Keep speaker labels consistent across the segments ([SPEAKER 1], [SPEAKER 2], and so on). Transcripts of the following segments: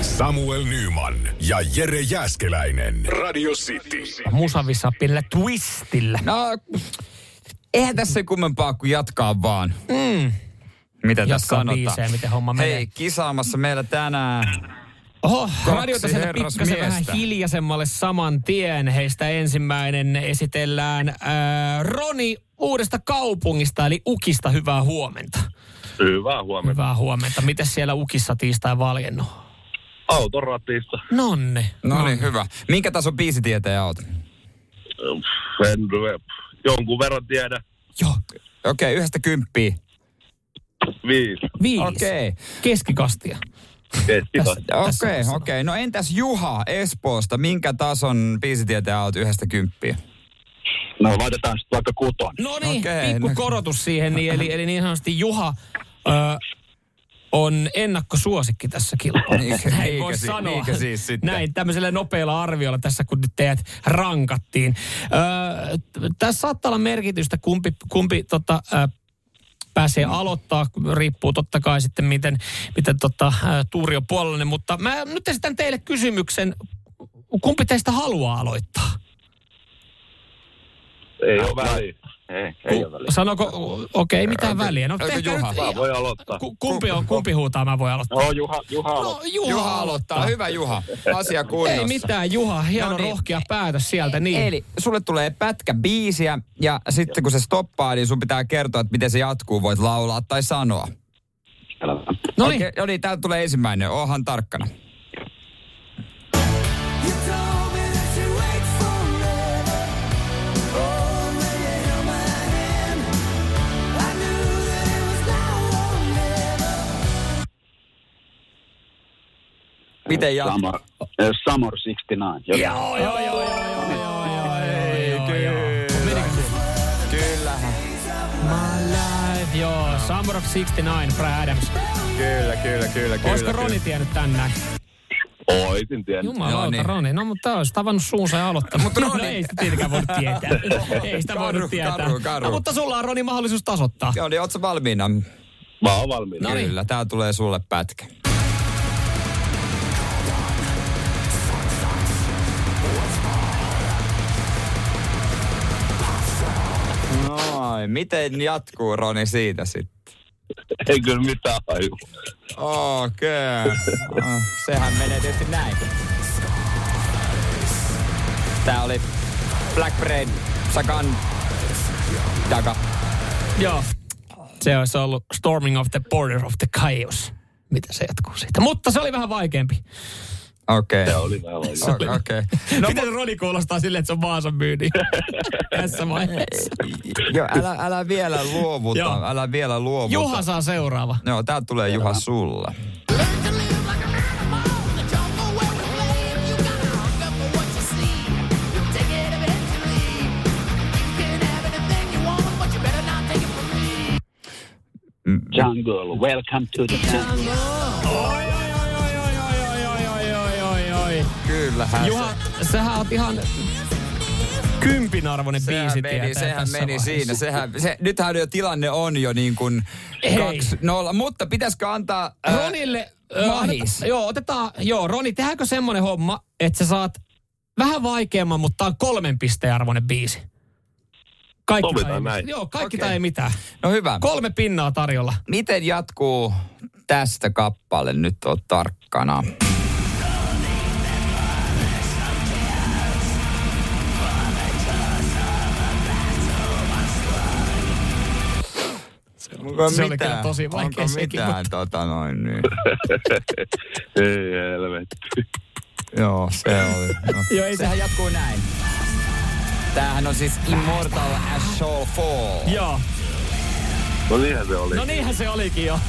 [SPEAKER 1] Samuel Nyman ja Jere Jäskeläinen. Radio City.
[SPEAKER 2] musavisappille twistillä.
[SPEAKER 3] No, eihän tässä sen kummempaa kuin jatkaa vaan. Mm. Mitä tässä
[SPEAKER 2] Jatkaa
[SPEAKER 3] sanotaan?
[SPEAKER 2] biisejä, miten homma menee.
[SPEAKER 3] Hei, kisaamassa meillä tänään.
[SPEAKER 2] Oho,
[SPEAKER 3] Kaksi
[SPEAKER 2] radiota sinne pikkasen
[SPEAKER 3] herrasmiestä.
[SPEAKER 2] vähän hiljaisemmalle saman tien. Heistä ensimmäinen esitellään äh, Roni uudesta kaupungista, eli Ukista. Hyvää huomenta.
[SPEAKER 4] Hyvää huomenta.
[SPEAKER 2] Hyvää huomenta. Miten siellä Ukissa tiistai valjennut?
[SPEAKER 4] Auton ratissa.
[SPEAKER 2] Nonne.
[SPEAKER 3] No niin, hyvä. Minkä tason biisitietäjä oot?
[SPEAKER 4] Pff, En pff, jonkun verran tiedä.
[SPEAKER 2] Joo.
[SPEAKER 3] Okei, yhdestä kymppiä.
[SPEAKER 4] Viisi.
[SPEAKER 2] Viisi.
[SPEAKER 3] Okei.
[SPEAKER 2] Keskikastia.
[SPEAKER 4] Keskikastia.
[SPEAKER 2] Tässä- tässä
[SPEAKER 3] Okei,
[SPEAKER 2] vaiheessa.
[SPEAKER 3] okei. No entäs Juha Espoosta, minkä tason biisitietäjä oot yhdestä kymppiä?
[SPEAKER 4] No laitetaan sitten vaikka kuton.
[SPEAKER 2] No niin,
[SPEAKER 3] Okei,
[SPEAKER 2] pikku
[SPEAKER 3] no-
[SPEAKER 2] korotus siihen. Niin, eli, eli niin sanotusti Juha ö, on ennakkosuosikki tässä kilpailussa.
[SPEAKER 3] Niinkö-
[SPEAKER 2] Näin voi
[SPEAKER 3] niinkö si-
[SPEAKER 2] sanoa.
[SPEAKER 3] niinkö siis sitten?
[SPEAKER 2] Näin tämmöisellä nopealla arviolla tässä, kun nyt teidät rankattiin. Ö, tässä saattaa olla merkitystä, kumpi, kumpi tota, ö, pääsee aloittaa. Riippuu totta kai sitten, miten, miten tota, ö, tuuri on puolellinen. Mutta mä nyt esitän teille kysymyksen. Kumpi teistä haluaa aloittaa?
[SPEAKER 4] Ei ole väliä. Ei, ei ole väliä.
[SPEAKER 2] Sanoko, okei, mitään väliä. No,
[SPEAKER 3] Eikö
[SPEAKER 2] tehkää
[SPEAKER 3] Juha?
[SPEAKER 2] nyt-
[SPEAKER 4] Mä voi aloittaa.
[SPEAKER 2] Ku- kumpi, on, kumpi huutaa, mä voin aloittaa.
[SPEAKER 4] No Juha, Juha
[SPEAKER 2] No,
[SPEAKER 4] aloittaa.
[SPEAKER 2] Juha,
[SPEAKER 3] Juha aloittaa. Hyvä Juha. Asia kunnossa.
[SPEAKER 2] Ei mitään, Juha. Hieno
[SPEAKER 3] No
[SPEAKER 2] no
[SPEAKER 3] niin.
[SPEAKER 2] niin. rohkea päätös sieltä. Niin.
[SPEAKER 3] Eli sulle tulee pätkä biisiä ja sitten kun se stoppaa, niin sun pitää kertoa, että miten se jatkuu. Voit laulaa tai sanoa.
[SPEAKER 2] no niin.
[SPEAKER 3] Okei, no niin, täältä tulee ensimmäinen. Oohan tarkkana. Miten jatkuu?
[SPEAKER 5] Summer, äh, Summer 69. Joo.
[SPEAKER 2] Joo, joo, joo, joo, joo, joo, joo, joo, joo. Menikö
[SPEAKER 3] Kyllä.
[SPEAKER 2] sulla?
[SPEAKER 3] Kyllähän.
[SPEAKER 2] My life, joo. Summer of 69, Brad Adams.
[SPEAKER 3] Kyllä, kyllä, kyllä, kyllä.
[SPEAKER 2] Olisiko Roni tiennyt tän näin?
[SPEAKER 4] Oisin tiennyt.
[SPEAKER 2] Jumalauta,
[SPEAKER 3] niin.
[SPEAKER 2] Roni. No, mutta olisi tavannut suunsa ja aloittanut.
[SPEAKER 3] Mutta
[SPEAKER 2] Mutta
[SPEAKER 3] Roni-
[SPEAKER 2] no, ei sitä tietenkään voinut tietää. ei sitä
[SPEAKER 3] Karu,
[SPEAKER 2] voinut tietää.
[SPEAKER 3] karu, karu.
[SPEAKER 2] No, mutta sulla on, Roni, mahdollisuus tasoittaa.
[SPEAKER 3] Joo, niin ootko valmiina?
[SPEAKER 4] Mä oon valmiina.
[SPEAKER 2] No niin.
[SPEAKER 3] Kyllä, tää tulee sulle pätkä. Noin, miten jatkuu Roni siitä sitten?
[SPEAKER 4] Ei kyllä mitään haju.
[SPEAKER 3] Okei. Okay. Sehän menee tietysti näin. Tää oli Black Brain Sakan Daga.
[SPEAKER 2] Joo. Se olisi ollut Storming of the Border of the Chaos. Mitä se jatkuu siitä? Mutta se oli vähän vaikeampi.
[SPEAKER 3] Okei.
[SPEAKER 4] Se oli vähän valmiina.
[SPEAKER 3] Okei.
[SPEAKER 2] No, Miten mu- Roni kuulostaa silleen, että se on maansa myynnin tässä vaiheessa?
[SPEAKER 3] Joo, älä, älä vielä luovuta,
[SPEAKER 2] Joo.
[SPEAKER 3] älä vielä luovuta.
[SPEAKER 2] Juha saa seuraava.
[SPEAKER 3] Joo, tää tulee Juha sulle.
[SPEAKER 5] Jungle, welcome to the jungle.
[SPEAKER 3] Kyllähän
[SPEAKER 2] Juha, sähän oot ihan kympin arvoinen
[SPEAKER 3] se,
[SPEAKER 2] biisi
[SPEAKER 3] sehän meni, sehän meni siinä. Sehän, se, nythän jo tilanne on jo niin kuin
[SPEAKER 2] Hei.
[SPEAKER 3] kaksi nolla, mutta pitäisikö antaa... ää,
[SPEAKER 2] Ronille... ö,
[SPEAKER 3] Mahis.
[SPEAKER 2] otetaan- Joo, otetaan... Joo, Roni, tehdäänkö semmonen homma, että sä saat vähän vaikeamman, mutta tää on kolmen pisteen arvoinen biisi? Kaikki
[SPEAKER 4] Sovitaan
[SPEAKER 2] tai ei,
[SPEAKER 4] näin.
[SPEAKER 2] mitään. Joo, kaikki
[SPEAKER 3] Okei.
[SPEAKER 2] tai ei mitään.
[SPEAKER 3] No hyvä.
[SPEAKER 2] Kolme pinnaa tarjolla.
[SPEAKER 3] Miten jatkuu tästä kappale? Nyt on tarkkana. Onko
[SPEAKER 2] se oli kyllä tosi vaikea
[SPEAKER 3] Onko
[SPEAKER 2] sekin,
[SPEAKER 3] mitään, tota noin niin.
[SPEAKER 4] Ei helvetti.
[SPEAKER 3] Joo, se oli. No.
[SPEAKER 2] Joo, ei se-
[SPEAKER 3] Sehän jatkuu näin. Tämähän on siis Immortal As Shall Fall.
[SPEAKER 2] Joo.
[SPEAKER 4] No niinhän se oli.
[SPEAKER 2] No niinhän se olikin jo.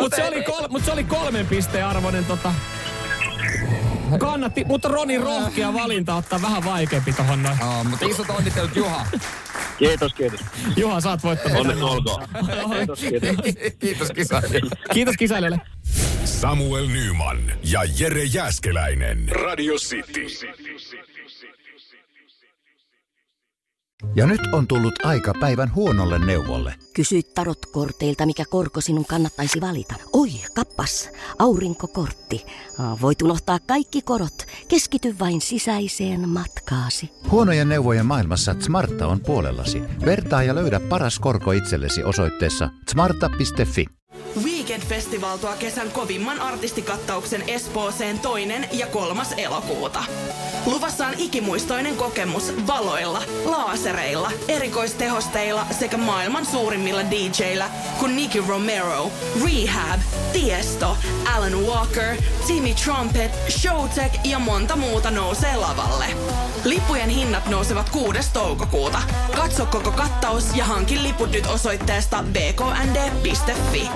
[SPEAKER 2] Mutta se, oli kol- mut se oli kolmen pisteen arvoinen tota... kannatti, mutta Roni rohkea valinta ottaa vähän vaikeampi tohon noin.
[SPEAKER 3] Oh, mutta isot onnittelut Juha.
[SPEAKER 4] Kiitos, kiitos.
[SPEAKER 2] Juha, saat voittanut.
[SPEAKER 4] Onneksi olkoon. Kiitos, kiitos.
[SPEAKER 3] Kiitos kisa.
[SPEAKER 2] Kiitos kisailijalle.
[SPEAKER 1] Samuel Nyman ja Jere Jäskeläinen. Radio City.
[SPEAKER 6] Ja nyt on tullut aika päivän huonolle neuvolle.
[SPEAKER 7] Kysy tarotkorteilta, mikä korko sinun kannattaisi valita. Oi, kappas, aurinkokortti. Voit unohtaa kaikki korot. Keskity vain sisäiseen matkaasi.
[SPEAKER 6] Huonojen neuvojen maailmassa Smarta on puolellasi. Vertaa ja löydä paras korko itsellesi osoitteessa smarta.fi.
[SPEAKER 8] Weekend Festival tuo kesän kovimman artistikattauksen Espooseen toinen ja kolmas elokuuta. Luvassa on ikimuistoinen kokemus valoilla, laasereilla, erikoistehosteilla sekä maailman suurimmilla DJillä, kun Nicky Romero, Rehab, Tiesto, Alan Walker, Timmy Trumpet, Showtech ja monta muuta nousee lavalle. Lippujen hinnat nousevat 6. toukokuuta. Katso koko kattaus ja hankin liput nyt osoitteesta bknd.fi.